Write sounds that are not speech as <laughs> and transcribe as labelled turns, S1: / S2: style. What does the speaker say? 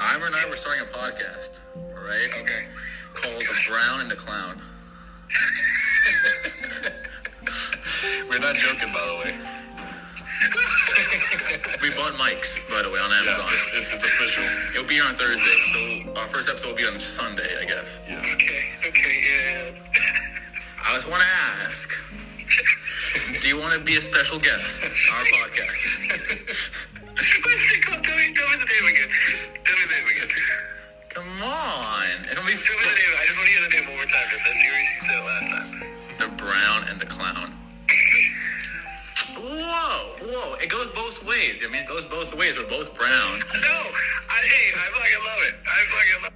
S1: Imer and I were starting a podcast, all right?
S2: Okay.
S1: Called The Brown and the Clown.
S2: <laughs> We're not joking, by the way.
S1: <laughs> We bought mics, by the way, on Amazon.
S2: Yeah, it's, it's, it's official.
S1: It'll be here on Thursday, so our first episode will be on Sunday, I guess.
S2: Yeah.
S3: Okay, okay, yeah. <laughs>
S1: I just want to ask, do you want to be a special guest on our podcast?
S2: <laughs>
S3: What's it called? Tell me, tell me the name again. Tell me the name again.
S1: Come on, it'll be
S3: Tell me the name. I just want to hear the name one more time because I seriously said it last time.
S1: The Brown and the Clown. Whoa, whoa! It goes both ways. I mean, it goes both ways. We're both brown.
S3: No, I, hey, I fucking love it. I fucking love